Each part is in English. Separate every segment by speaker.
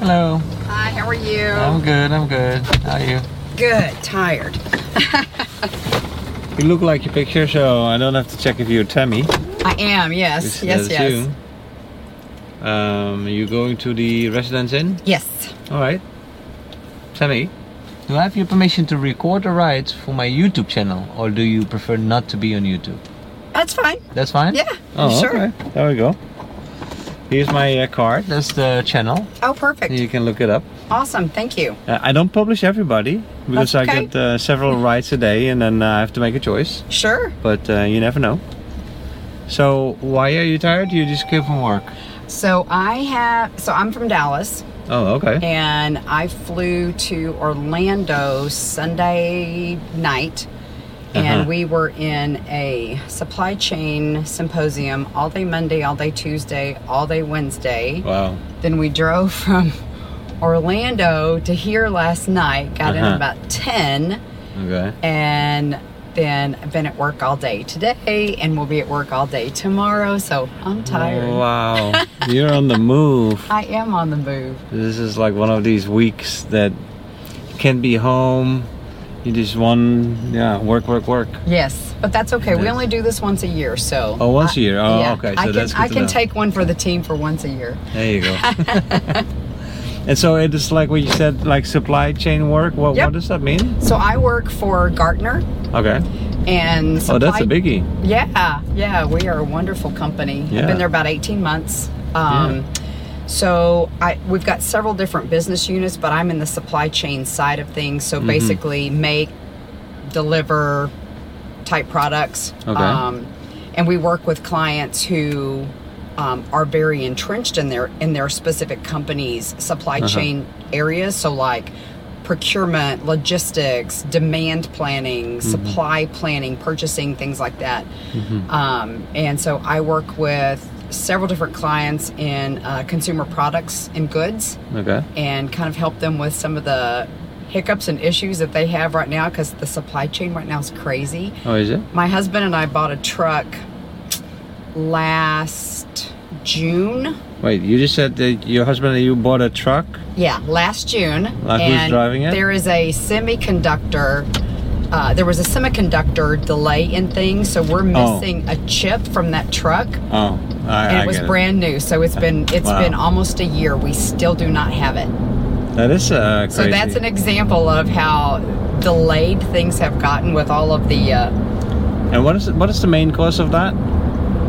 Speaker 1: Hello.
Speaker 2: Hi, how are you?
Speaker 1: I'm good. I'm good. How are you?
Speaker 2: Good, tired.
Speaker 1: You look like your picture, so I don't have to check if you're Tammy.
Speaker 2: I am, yes,
Speaker 1: This-
Speaker 2: yes,
Speaker 1: that's
Speaker 2: yes.
Speaker 1: you. Um, you going to the residence inn?
Speaker 2: Yes.
Speaker 1: All right. Tammy, do I have your permission to record a ride for my YouTube channel, or do you prefer not to be on YouTube?
Speaker 2: That's fine.
Speaker 1: That's fine.
Speaker 2: Yeah,
Speaker 1: Oh,
Speaker 2: sure.
Speaker 1: okay. There we go. Here's my uh, card. That's the channel.
Speaker 2: Oh, perfect.
Speaker 1: You can look it up.
Speaker 2: Awesome, thank you.
Speaker 1: Uh, I don't publish everybody because
Speaker 2: That's
Speaker 1: I
Speaker 2: okay.
Speaker 1: get uh, several rides a day, and then uh, I have to make a choice.
Speaker 2: Sure.
Speaker 1: But uh, you never know. So why are you tired? You just came from work.
Speaker 2: So I have, so I'm from Dallas
Speaker 1: Oh, okay.
Speaker 2: and I flew to Orlando Sunday night. And
Speaker 1: Uh-huh.
Speaker 2: we were in a supply chain symposium all day Monday, all day Tuesday, all day Wednesday.
Speaker 1: Wow.
Speaker 2: Then we drove from Orlando to here last night, got in
Speaker 1: Uh-huh.
Speaker 2: about 10,
Speaker 1: Okay.
Speaker 2: and then I've been at work all day today, and we'll be at work all day tomorrow, so I'm tired.
Speaker 1: Wow. You're on the move.
Speaker 2: I am on the move.
Speaker 1: This is like one of these weeks that can be home. You just one yeah work work work.
Speaker 2: Yes, but that's okay. We
Speaker 1: Yes.
Speaker 2: only do this once a year, so.
Speaker 1: Oh, once a
Speaker 2: I-
Speaker 1: year. Oh,
Speaker 2: yeah,
Speaker 1: okay. So
Speaker 2: I can,
Speaker 1: that's good
Speaker 2: I
Speaker 1: to
Speaker 2: can
Speaker 1: know.
Speaker 2: take one for the team for once a year.
Speaker 1: There you go. and so it is like what you said, like supply chain work. What
Speaker 2: Yep.
Speaker 1: what does that mean?
Speaker 2: So I work for Gartner,
Speaker 1: Okay.
Speaker 2: and
Speaker 1: Oh, that's a
Speaker 2: supply-
Speaker 1: biggie.
Speaker 2: Yeah, yeah, we are a wonderful company.
Speaker 1: Yeah.
Speaker 2: I've been there about 18 months. Um, So I, we've got several different business units, but I'm in the supply chain side of things. So basically, make, deliver type products. Um,
Speaker 1: Okay.
Speaker 2: and we work with clients who um, are very entrenched in their in their specific companies' supply chain areas. So like procurement, logistics, demand planning, supply planning, purchasing, things like that. Um, and so I work with several different clients in uh, consumer products and goods
Speaker 1: Okay.
Speaker 2: and kind of help them with some of the hiccups and issues that they have right now because the supply chain right now is crazy.
Speaker 1: Oh, is it?
Speaker 2: My husband and I bought a truck last June.
Speaker 1: Wait, you just said that your husband and you bought a truck.
Speaker 2: Yeah, last June.
Speaker 1: Like who's
Speaker 2: and
Speaker 1: driving it?
Speaker 2: There is a semiconductor. Uh, there was a semiconductor delay in things, so we're
Speaker 1: Oh.
Speaker 2: missing a chip from that truck,
Speaker 1: Oh, I,
Speaker 2: and
Speaker 1: I
Speaker 2: it was
Speaker 1: get
Speaker 2: brand new. So it's been it's
Speaker 1: Wow.
Speaker 2: been almost a year. We still do not have it.
Speaker 1: That is uh, crazy.
Speaker 2: So that's an example of how delayed things have gotten with all of the. Uh,
Speaker 1: And what is what is the main cause of that?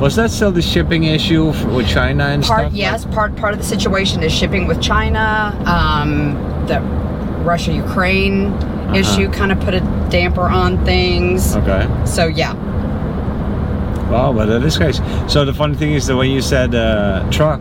Speaker 1: Was that still the shipping issue f- with China and
Speaker 2: part
Speaker 1: stuff?
Speaker 2: yes, part part of the situation is shipping with China. Um, the Russia Ukraine
Speaker 1: Uh-huh.
Speaker 2: issue kind of put a damper on things.
Speaker 1: Okay.
Speaker 2: So yeah,
Speaker 1: Wow, but that is crazy. So the funny thing is that when you said uh, truck,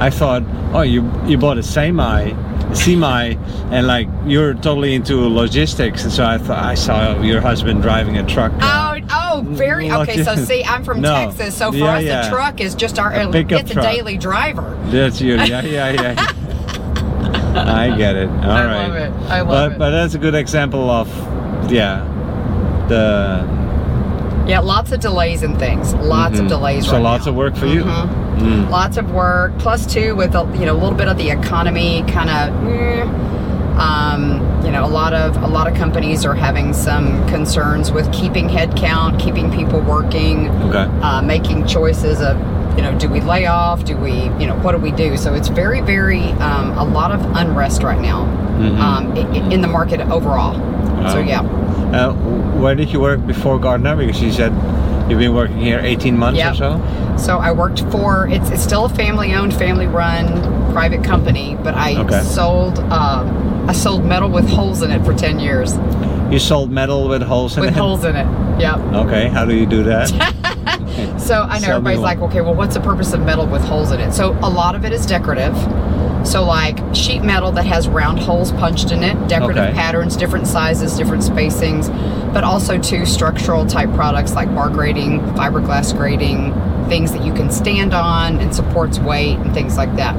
Speaker 1: I thought, oh, you you bought a semi, semi, and like you're totally into logistics, and so I thought I saw your husband driving a truck. Uh,
Speaker 2: Oh, oh, very okay. So see, I'm from
Speaker 1: No.
Speaker 2: Texas, so for
Speaker 1: Yeah,
Speaker 2: us,
Speaker 1: yeah.
Speaker 2: a truck is just our
Speaker 1: A pickup
Speaker 2: it's
Speaker 1: truck.
Speaker 2: a daily driver.
Speaker 1: That's you. Yeah, yeah, yeah. I get it. All right.
Speaker 2: I love it. I love
Speaker 1: but
Speaker 2: it.
Speaker 1: but that's a good example of yeah the
Speaker 2: Yeah, lots of delays and things. Lots
Speaker 1: Mhm.
Speaker 2: of delays.
Speaker 1: So
Speaker 2: right
Speaker 1: lots
Speaker 2: now.
Speaker 1: of work for you.
Speaker 2: Mhm.
Speaker 1: Mm.
Speaker 2: Lots of work. Plus two with a, you know a little bit of the economy kind of. mm, um, you know, a lot of a lot of companies are having some concerns with keeping headcount, keeping people working,
Speaker 1: Okay.
Speaker 2: uh, making choices of you know do we lay off do we you know what do we do so it's very very um, a lot of unrest right now
Speaker 1: Mhm.
Speaker 2: um, i- i- in the market overall so
Speaker 1: Wow.
Speaker 2: yeah
Speaker 1: Uh, where did you work before Gardner? Because you said you've been working here 18 months
Speaker 2: Yeah.
Speaker 1: or so.
Speaker 2: so i worked for it's, it's still a family owned family run private company but i
Speaker 1: Okay.
Speaker 2: sold um, i sold metal with holes in it for 10 years
Speaker 1: You sold metal with holes in
Speaker 2: with
Speaker 1: it.
Speaker 2: holes in it yeah
Speaker 1: Okay, how do you do that?
Speaker 2: So I know
Speaker 1: Sell me
Speaker 2: everybody's
Speaker 1: one.
Speaker 2: like, okay, well, what's the purpose of metal with holes in it? So a lot of it is decorative. So like sheet metal that has round holes punched in it, decorative
Speaker 1: Okay.
Speaker 2: patterns, different sizes, different spacings, but also to structural type products like bar grating, fiberglass grating, things that you can stand on and supports weight and things like that.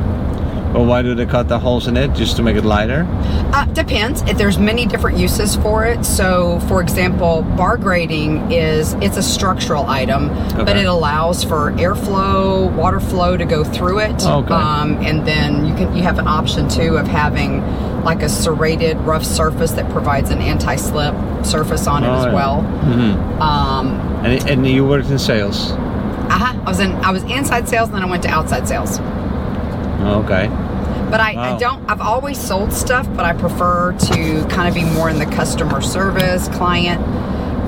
Speaker 1: Well, why do they cut the holes in it? Just to make it lighter?
Speaker 2: Uh, depends. If there's many different uses for it. So, for example, bar grating is it's a structural item, but
Speaker 1: Okay.
Speaker 2: it allows for airflow, water flow to go through it.
Speaker 1: Oh, Okay.
Speaker 2: Um, and then you can you have an option too of having like a serrated rough surface that provides an anti-slip surface on it
Speaker 1: Oh,
Speaker 2: as
Speaker 1: yeah.
Speaker 2: well.
Speaker 1: hmm
Speaker 2: Um,
Speaker 1: And, and you worked in sales?
Speaker 2: uh I was in I was inside sales, and then I went to outside sales.
Speaker 1: Okay.
Speaker 2: But I,
Speaker 1: Wow.
Speaker 2: I don't, I've always sold stuff, but I prefer to kind of be more in the customer service, client,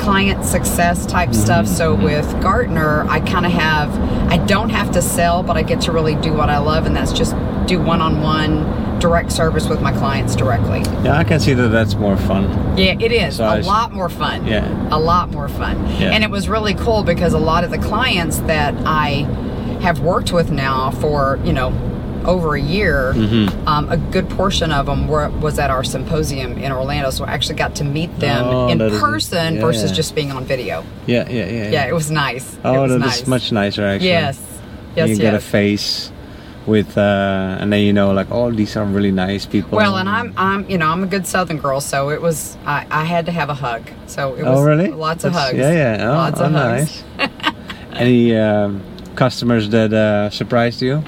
Speaker 2: client success type stuff.
Speaker 1: Mm-hmm.
Speaker 2: So with Gartner, I kind of have, I don't have to sell, but I get to really do what I love, and that's just do one on one direct service with my clients directly.
Speaker 1: Yeah, I can see that that's more fun.
Speaker 2: Yeah, it is.
Speaker 1: So I
Speaker 2: a
Speaker 1: s-
Speaker 2: lot more fun.
Speaker 1: Yeah.
Speaker 2: A lot more fun.
Speaker 1: Yeah.
Speaker 2: And it was really cool because a lot of the clients that I have worked with now for, you know, over a year,
Speaker 1: Mm-hmm.
Speaker 2: um, a good portion of them were, was at our symposium in Orlando. So I actually got to meet them
Speaker 1: Oh,
Speaker 2: in
Speaker 1: that is-
Speaker 2: person
Speaker 1: yeah.
Speaker 2: versus just being on video.
Speaker 1: Yeah, yeah, yeah.
Speaker 2: Yeah, it was nice. it
Speaker 1: Oh,
Speaker 2: was
Speaker 1: that is
Speaker 2: nice.
Speaker 1: much nicer actually.
Speaker 2: Yes. Yes,
Speaker 1: you
Speaker 2: yes.
Speaker 1: get a face with, uh, and then you know, like, oh, these are really nice people.
Speaker 2: Well, and I'm, I'm, you know, I'm a good Southern girl, so it was, I, I had to have a hug. So it was
Speaker 1: oh, really?
Speaker 2: lots of
Speaker 1: That's-
Speaker 2: hugs.
Speaker 1: Yeah, yeah. Oh,
Speaker 2: lots
Speaker 1: oh,
Speaker 2: of hugs.
Speaker 1: nice. Any um, customers that uh, surprised you?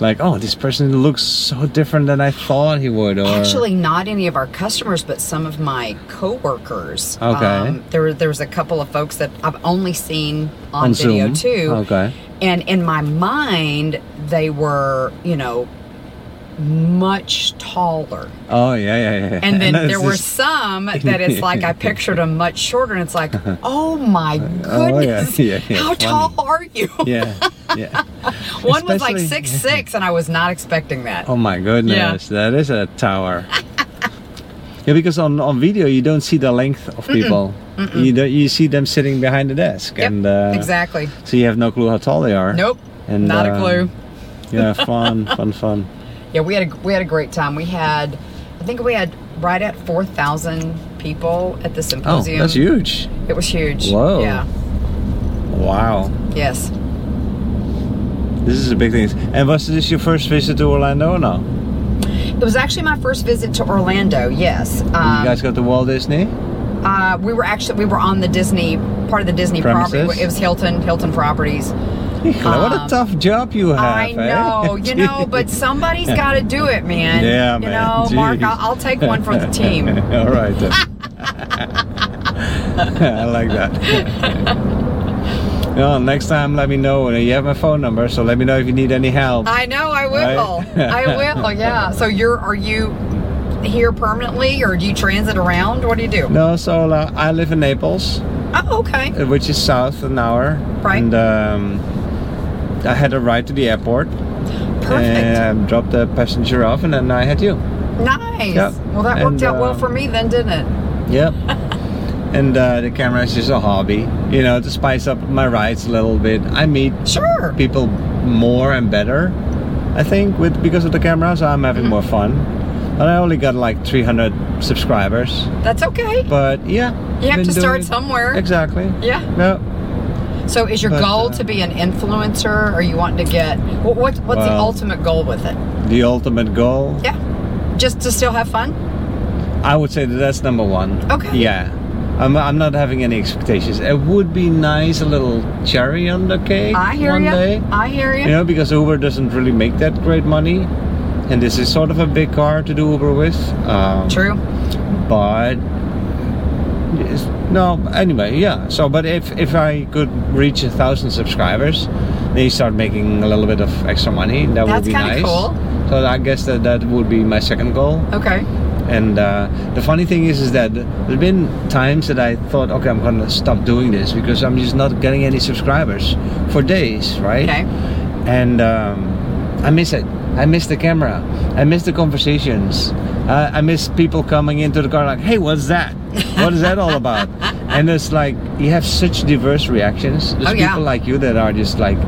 Speaker 1: Like, oh, this person looks so different than I thought he would. Or
Speaker 2: Actually, not any of our customers, but some of my coworkers. Um,
Speaker 1: Okay.
Speaker 2: there, there was a couple of folks that I've only seen on,
Speaker 1: on
Speaker 2: video
Speaker 1: Zoom.
Speaker 2: too.
Speaker 1: Okay.
Speaker 2: And in my mind, they were, you know, much taller.
Speaker 1: Oh yeah, yeah, yeah, yeah.
Speaker 2: And then
Speaker 1: it's
Speaker 2: there were
Speaker 1: just-
Speaker 2: some that it's like I pictured them much shorter, and it's like, oh my goodness,
Speaker 1: yeah, yeah,
Speaker 2: how
Speaker 1: funny.
Speaker 2: tall are you?
Speaker 1: Yeah, yeah.
Speaker 2: One was like
Speaker 1: Especially-
Speaker 2: six six, and I was not expecting that.
Speaker 1: Oh my goodness, that is a tower. yeah, because on, on video you don't see the length of people. You don't, you see them sitting behind the desk,
Speaker 2: Yep,
Speaker 1: and uh,
Speaker 2: exactly.
Speaker 1: So you have no clue how tall they are.
Speaker 2: Nope,
Speaker 1: And,
Speaker 2: not a
Speaker 1: um,
Speaker 2: clue.
Speaker 1: Yeah, fun, fun, fun.
Speaker 2: Yeah, we had a we had a great time. We had, I think we had right at four thousand people at the
Speaker 1: Oh,
Speaker 2: symposium.
Speaker 1: that's huge.
Speaker 2: It was huge.
Speaker 1: Whoa.
Speaker 2: Yeah.
Speaker 1: Wow,
Speaker 2: Yes.
Speaker 1: this is a big thing. And was this your first visit to Orlando or no?
Speaker 2: It was actually my first visit to Orlando. Yes. Um,
Speaker 1: you guys got to Walt Disney.
Speaker 2: uh, we were actually we were on the Disney part of the Disney property.
Speaker 1: Premises?
Speaker 2: It was Hilton Hilton Properties.
Speaker 1: what a
Speaker 2: um,
Speaker 1: tough job you have.
Speaker 2: I know,
Speaker 1: eh?
Speaker 2: you know, but somebody's got to do it, man.
Speaker 1: Yeah,
Speaker 2: you
Speaker 1: man,
Speaker 2: know, Mark,
Speaker 1: jeez.
Speaker 2: I'll, I'll take one for the team.
Speaker 1: All right then. I like that. well, next time let me know. Uh, You have my phone number, so let me know if you need any help.
Speaker 2: I know, I will.
Speaker 1: Right?
Speaker 2: I will. Yeah. So you're are you here permanently, or do you transit around? What do you do?
Speaker 1: no, so uh, I live in Naples,
Speaker 2: Oh, okay.
Speaker 1: uh, which is south an hour.
Speaker 2: Right.
Speaker 1: And um, I had a ride to the airport
Speaker 2: Perfect.
Speaker 1: and I dropped the passenger off, and then I had you.
Speaker 2: nice.
Speaker 1: yeah.
Speaker 2: Well, that worked
Speaker 1: And,
Speaker 2: out well
Speaker 1: uh,
Speaker 2: for me then, didn't it?
Speaker 1: Yep. and uh, the camera is just a hobby, you know, to spice up my rides a little bit. I meet
Speaker 2: Sure.
Speaker 1: people more and better. I think with because of the camera, so I'm
Speaker 2: Mm-hmm.
Speaker 1: having more fun. And I only got like 300 subscribers,
Speaker 2: That's okay.
Speaker 1: but yeah.
Speaker 2: You have
Speaker 1: been
Speaker 2: to
Speaker 1: doing
Speaker 2: start
Speaker 1: it-
Speaker 2: somewhere.
Speaker 1: Exactly.
Speaker 2: Yeah.
Speaker 1: No.
Speaker 2: So is your
Speaker 1: But,
Speaker 2: goal
Speaker 1: uh,
Speaker 2: to be an influencer, or you want to get what, what what's the
Speaker 1: Well-
Speaker 2: ultimate goal with it?
Speaker 1: The ultimate goal.
Speaker 2: Yeah. Just to still have fun.
Speaker 1: I would say that that's number one.
Speaker 2: Okay.
Speaker 1: Yeah. I'm, I'm not having any expectations. It would be nice a little cherry on the cake
Speaker 2: I hear
Speaker 1: one
Speaker 2: you.
Speaker 1: day.
Speaker 2: I hear you.
Speaker 1: You know, because Uber doesn't really make that great money, and this is sort of a big car to do Uber with. Um,
Speaker 2: True.
Speaker 1: But it's- no, anyway, yeah. So, but if if I could reach a thousand subscribers, then you start making a little bit of extra money. That
Speaker 2: That's
Speaker 1: would be
Speaker 2: kinda
Speaker 1: nice.
Speaker 2: cool.
Speaker 1: So I guess that that would be my second goal.
Speaker 2: Okay.
Speaker 1: And uh, the funny thing is, is that there's been times that I thought, okay, I'm gonna stop doing this because I'm just not getting any subscribers for days, right?
Speaker 2: Okay.
Speaker 1: and um, I miss it. I miss the camera. I miss the conversations. Uh, I miss people coming into the car like, "Hey, what's that? What is that all about?" and it's like you have such diverse reactions. There's
Speaker 2: Oh, yeah.
Speaker 1: people like you that are just like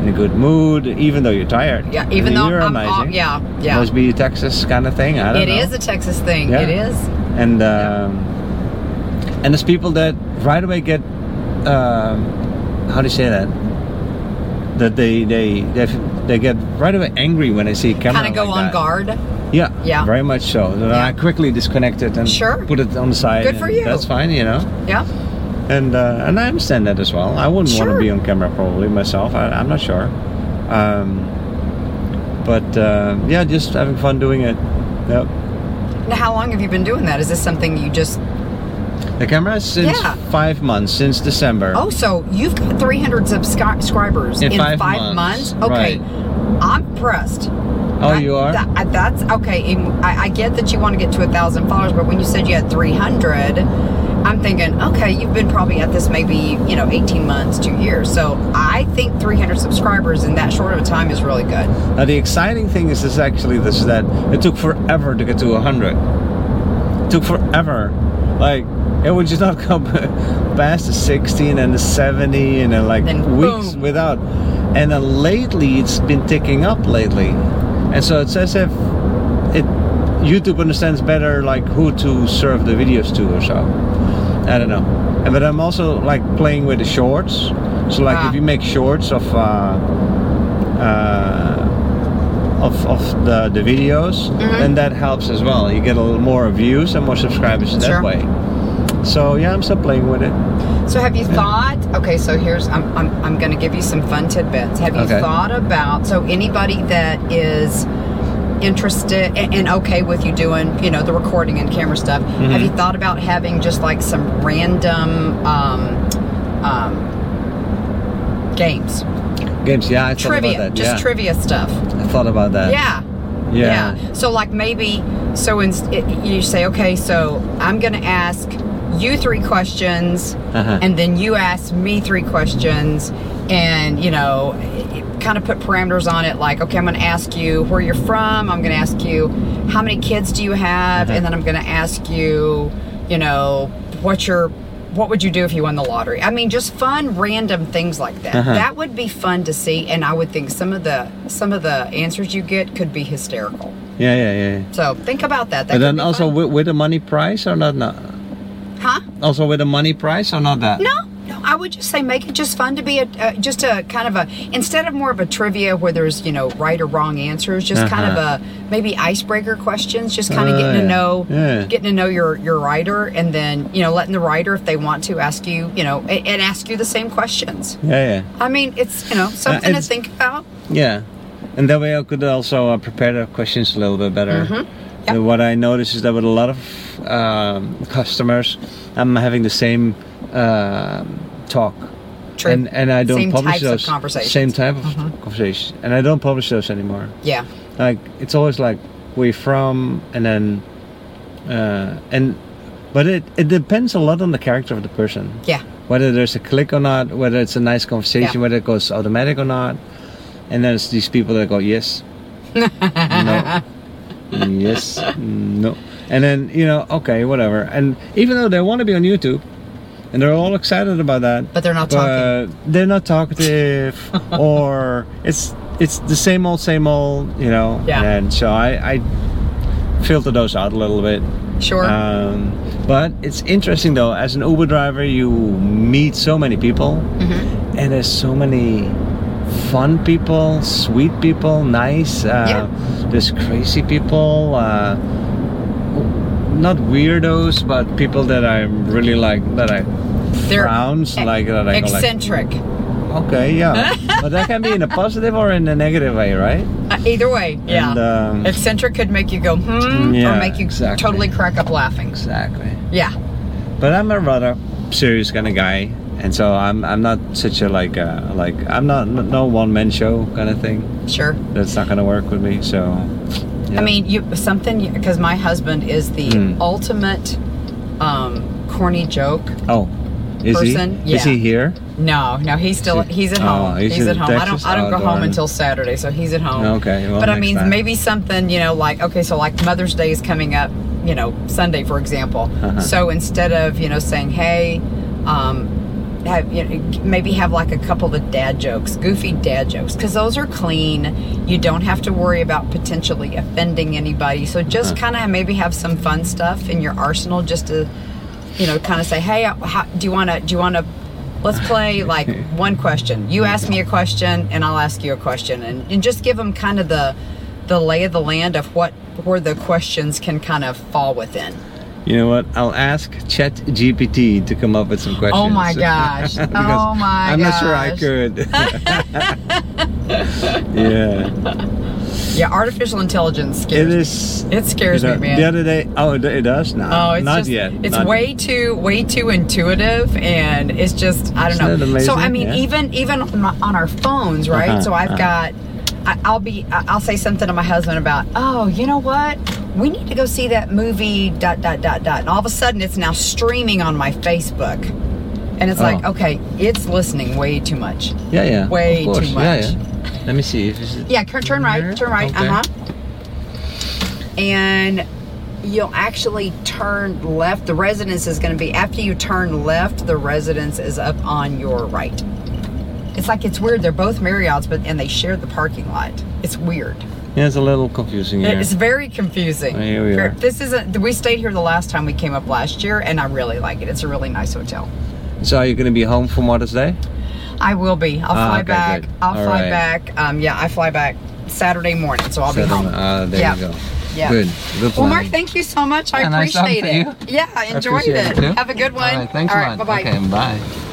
Speaker 1: in a good mood, even though you're tired.
Speaker 2: Yeah. Even though
Speaker 1: you're
Speaker 2: I'm off-
Speaker 1: amazing.
Speaker 2: yeah, yeah.
Speaker 1: Must be a Texas kind of thing. I don't
Speaker 2: It
Speaker 1: know.
Speaker 2: is a Texas thing.
Speaker 1: Yeah.
Speaker 2: It is.
Speaker 1: and um, and there's people that right away get um, how do you say that that they they they they get right away angry when they see a camera.
Speaker 2: Kind of go
Speaker 1: like
Speaker 2: on
Speaker 1: that.
Speaker 2: guard.
Speaker 1: Yeah,
Speaker 2: Yeah.
Speaker 1: very much so. Then
Speaker 2: Yeah.
Speaker 1: I quickly disconnected and
Speaker 2: Sure.
Speaker 1: put it on the side.
Speaker 2: Good for
Speaker 1: and
Speaker 2: you.
Speaker 1: That's fine, you know.
Speaker 2: Yeah.
Speaker 1: And uh, and I understand that as well. I wouldn't want
Speaker 2: Sure.
Speaker 1: to be on camera probably myself. I, I'm not sure. Um, but uh, yeah, just having fun doing it. Yep.
Speaker 2: Now, how long have you been doing that? Is this something you just?
Speaker 1: The camera since
Speaker 2: Yeah.
Speaker 1: five months since December.
Speaker 2: Oh, so you've got 300 subscribers
Speaker 1: In five months,
Speaker 2: months. Okay,
Speaker 1: right.
Speaker 2: I'm impressed.
Speaker 1: Oh,
Speaker 2: That-
Speaker 1: you are.
Speaker 2: that- I- that's okay. and I, I get that you want to get to a thousand followers, but when you said you had 300, I'm thinking, okay, you've been probably at this maybe you know 18 months, two years. So I think 300 subscribers in that short of a time is really good.
Speaker 1: Now the exciting thing is this actually this that it took forever to get to 100. It took forever. Like it would just not come past the 16 and the 70 and then like
Speaker 2: Then
Speaker 1: weeks
Speaker 2: boom.
Speaker 1: without. And then lately it's been ticking up lately. And so it's as if it YouTube understands better like who to serve the videos to or so. I don't know. And- But I'm also like playing with the shorts. So like
Speaker 2: Ah.
Speaker 1: if you make shorts of uh, uh, of, of the, the videos,
Speaker 2: Mhm.
Speaker 1: then that helps as well. You get a little more views and more subscribers that
Speaker 2: Sure.
Speaker 1: way. So yeah, I'm still playing with it.
Speaker 2: So have you thought? Okay, so here's I'm I'm, I'm going to give you some fun tidbits. Have you
Speaker 1: Okay.
Speaker 2: thought about so anybody that is interested and, and okay with you doing you know the recording and camera stuff?
Speaker 1: Mm-hmm.
Speaker 2: Have you thought about having just like some random um, um, games,
Speaker 1: Games, yeah, I thought
Speaker 2: trivia,
Speaker 1: about that.
Speaker 2: just
Speaker 1: yeah.
Speaker 2: trivia stuff?
Speaker 1: I thought about that.
Speaker 2: Yeah.
Speaker 1: Yeah.
Speaker 2: So like maybe so in, you say okay, so I'm going to ask you three questions
Speaker 1: Uh-huh.
Speaker 2: and then you ask me three questions and you know kind of put parameters on it like okay, I'm going to ask you where you're from, I'm going to ask you how many kids do you have
Speaker 1: Uh-huh.
Speaker 2: and then I'm going to ask you, you know, what's your what would you do if you won the lottery? I mean, just fun, random things like that.
Speaker 1: Uh-huh.
Speaker 2: That would be fun to see, and I would think some of the some of the answers you get could be hysterical.
Speaker 1: Yeah, yeah, yeah. yeah.
Speaker 2: So think about that.
Speaker 1: But
Speaker 2: that could
Speaker 1: then
Speaker 2: be
Speaker 1: also
Speaker 2: fun.
Speaker 1: with, with the money price or not? not
Speaker 2: huh?
Speaker 1: also with the money price or not that?
Speaker 2: No, no. I would just say make it just fun to be a uh, just a kind of a instead of more of a trivia where there's you know right or wrong answers, just kind of
Speaker 1: Uh-huh.
Speaker 2: a maybe icebreaker questions, just kind of
Speaker 1: Oh,
Speaker 2: getting to
Speaker 1: yeah.
Speaker 2: know
Speaker 1: Yeah.
Speaker 2: getting to know your your writer, and then you know letting the writer if they want to ask you you know and, and ask you the same questions.
Speaker 1: Yeah, yeah.
Speaker 2: I mean, it's you know something
Speaker 1: Uh,
Speaker 2: to
Speaker 1: it's-
Speaker 2: think about.
Speaker 1: Yeah, and that way I could also uh, prepare the questions a little bit better.
Speaker 2: Mm-hmm. Yep.
Speaker 1: Uh, What I notice is that with a lot of um, customers, I'm having the same um talk.
Speaker 2: True.
Speaker 1: And and I don't
Speaker 2: Same
Speaker 1: publish
Speaker 2: types of
Speaker 1: those
Speaker 2: conversations. Mm-hmm.
Speaker 1: same type of conversation, and I don't publish those anymore.
Speaker 2: Yeah.
Speaker 1: Like it's always like where you from, and then uh, and but it it depends a lot on the character of the person
Speaker 2: Yeah.
Speaker 1: whether there's a click or not, whether it's a nice conversation,
Speaker 2: Yeah.
Speaker 1: whether it goes automatic or not. And there's these people that go, yes, no, yes, no. And then, you know, okay, whatever. And even though they want to be on YouTube, and they're all excited about that.
Speaker 2: But they're not
Speaker 1: talking. They're not talkative, or it's it's the same old, same old, you know.
Speaker 2: Yeah.
Speaker 1: And so I, I filter those out a little bit.
Speaker 2: Sure.
Speaker 1: Um, but it's interesting though, as an Uber driver, you meet so many people,
Speaker 2: Mm-hmm.
Speaker 1: and there's so many fun people, sweet people, nice. Uh,
Speaker 2: Yeah.
Speaker 1: There's crazy people, uh, not weirdos, but people that I really like that I
Speaker 2: They're
Speaker 1: frowns
Speaker 2: e-
Speaker 1: like that. I go like,
Speaker 2: eccentric.
Speaker 1: okay, yeah, but that can be in a positive or in a negative way, right?
Speaker 2: Uh, either way, yeah.
Speaker 1: And, um,
Speaker 2: Eccentric could make you go hmm,
Speaker 1: Yeah,
Speaker 2: or make you
Speaker 1: exactly.
Speaker 2: totally crack up laughing.
Speaker 1: Exactly.
Speaker 2: Yeah,
Speaker 1: but I'm a rather serious kind of guy, and so I'm I'm not such a like uh, like I'm not n- no one man show kind of thing.
Speaker 2: sure.
Speaker 1: That's not gonna work with me. So yeah.
Speaker 2: I mean, you something because my husband is the
Speaker 1: Mm.
Speaker 2: ultimate um, corny joke.
Speaker 1: oh, is
Speaker 2: person,
Speaker 1: he is he
Speaker 2: yeah.
Speaker 1: here?
Speaker 2: No, no, he's still
Speaker 1: he-
Speaker 2: he's at
Speaker 1: Oh,
Speaker 2: home.
Speaker 1: he's
Speaker 2: He's,
Speaker 1: in
Speaker 2: at home. I don't
Speaker 1: Texas?
Speaker 2: I don't
Speaker 1: Oh,
Speaker 2: go home
Speaker 1: darn.
Speaker 2: until Saturday, so he's at home.
Speaker 1: Okay, well,
Speaker 2: but I
Speaker 1: next
Speaker 2: mean,
Speaker 1: time.
Speaker 2: maybe something you know, like okay, so like Mother's Day is coming up, you know, Sunday for example.
Speaker 1: Uh-huh.
Speaker 2: So instead of you know saying hey, um, have you know, maybe have like a couple of dad jokes, goofy dad jokes, because those are clean. You don't have to worry about potentially offending anybody. So just
Speaker 1: Uh-huh.
Speaker 2: kind of maybe have some fun uh, stuff in your arsenal, just to you know, kind of say, hey, how, do you want to do you want to Let's play like one question. You ask me a question, and I'll ask you a question, and, and just give them kind of the the lay of the land of what where the questions can kind of fall within.
Speaker 1: You know what? I'll ask Chat GPT to come up with some questions.
Speaker 2: Oh my gosh!
Speaker 1: Because
Speaker 2: oh my!
Speaker 1: I'm not sure I
Speaker 2: gosh.
Speaker 1: could. yeah,
Speaker 2: Yeah, artificial intelligence
Speaker 1: it
Speaker 2: scares. me.
Speaker 1: is.
Speaker 2: It scares
Speaker 1: you know,
Speaker 2: me, man.
Speaker 1: The other day, oh, it it does now.
Speaker 2: Oh, it's
Speaker 1: not
Speaker 2: just,
Speaker 1: yet.
Speaker 2: It's
Speaker 1: not
Speaker 2: way too way too intuitive, and it's just I don't
Speaker 1: Isn't that
Speaker 2: know. So I
Speaker 1: amazing?
Speaker 2: mean,
Speaker 1: Yeah.
Speaker 2: even even on, my, on our phones, right?
Speaker 1: Uh-huh,
Speaker 2: so I've
Speaker 1: uh-huh.
Speaker 2: got I, I'll be I- I'll say something to my husband about oh you know what we need to go see that movie dot dot dot dot, and all of a sudden it's now streaming on my Facebook, and it's like
Speaker 1: Oh.
Speaker 2: okay, it's listening way too much.
Speaker 1: Yeah, yeah.
Speaker 2: way
Speaker 1: of course.
Speaker 2: too
Speaker 1: Yeah,
Speaker 2: much.
Speaker 1: yeah. Let me see if it's.
Speaker 2: Yeah, cur- turn right,
Speaker 1: Here?
Speaker 2: turn right.
Speaker 1: Okay.
Speaker 2: Uh huh. And you'll actually turn left. The residence is going to be after you turn left. The residence is up on your right. It's like it's weird. They're both Marriotts, but and they share the parking lot. It's weird.
Speaker 1: Yeah, it's a little confusing.
Speaker 2: It-
Speaker 1: here.
Speaker 2: It's very confusing.
Speaker 1: Here we are.
Speaker 2: This isn't. We stayed here the last time we came up last year, and I really like it. It's a really nice hotel.
Speaker 1: So, are you going to be home for Mother's Day?
Speaker 2: I will be. I'll
Speaker 1: Ah,
Speaker 2: fly
Speaker 1: okay,
Speaker 2: back.
Speaker 1: good.
Speaker 2: I'll
Speaker 1: All
Speaker 2: fly
Speaker 1: right.
Speaker 2: back. Um, yeah, I fly back Saturday morning, so I'll be home.
Speaker 1: Ah, there
Speaker 2: Yeah.
Speaker 1: you go.
Speaker 2: Yeah.
Speaker 1: Good. Good
Speaker 2: Well,
Speaker 1: plan.
Speaker 2: Mark, thank you so much. I
Speaker 1: Yeah, nice talking
Speaker 2: appreciate it.
Speaker 1: to
Speaker 2: Yeah, I enjoyed
Speaker 1: appreciate
Speaker 2: it.
Speaker 1: it, too.
Speaker 2: Have a good one.
Speaker 1: All right, thanks a lot.
Speaker 2: bye bye.
Speaker 1: Okay, bye.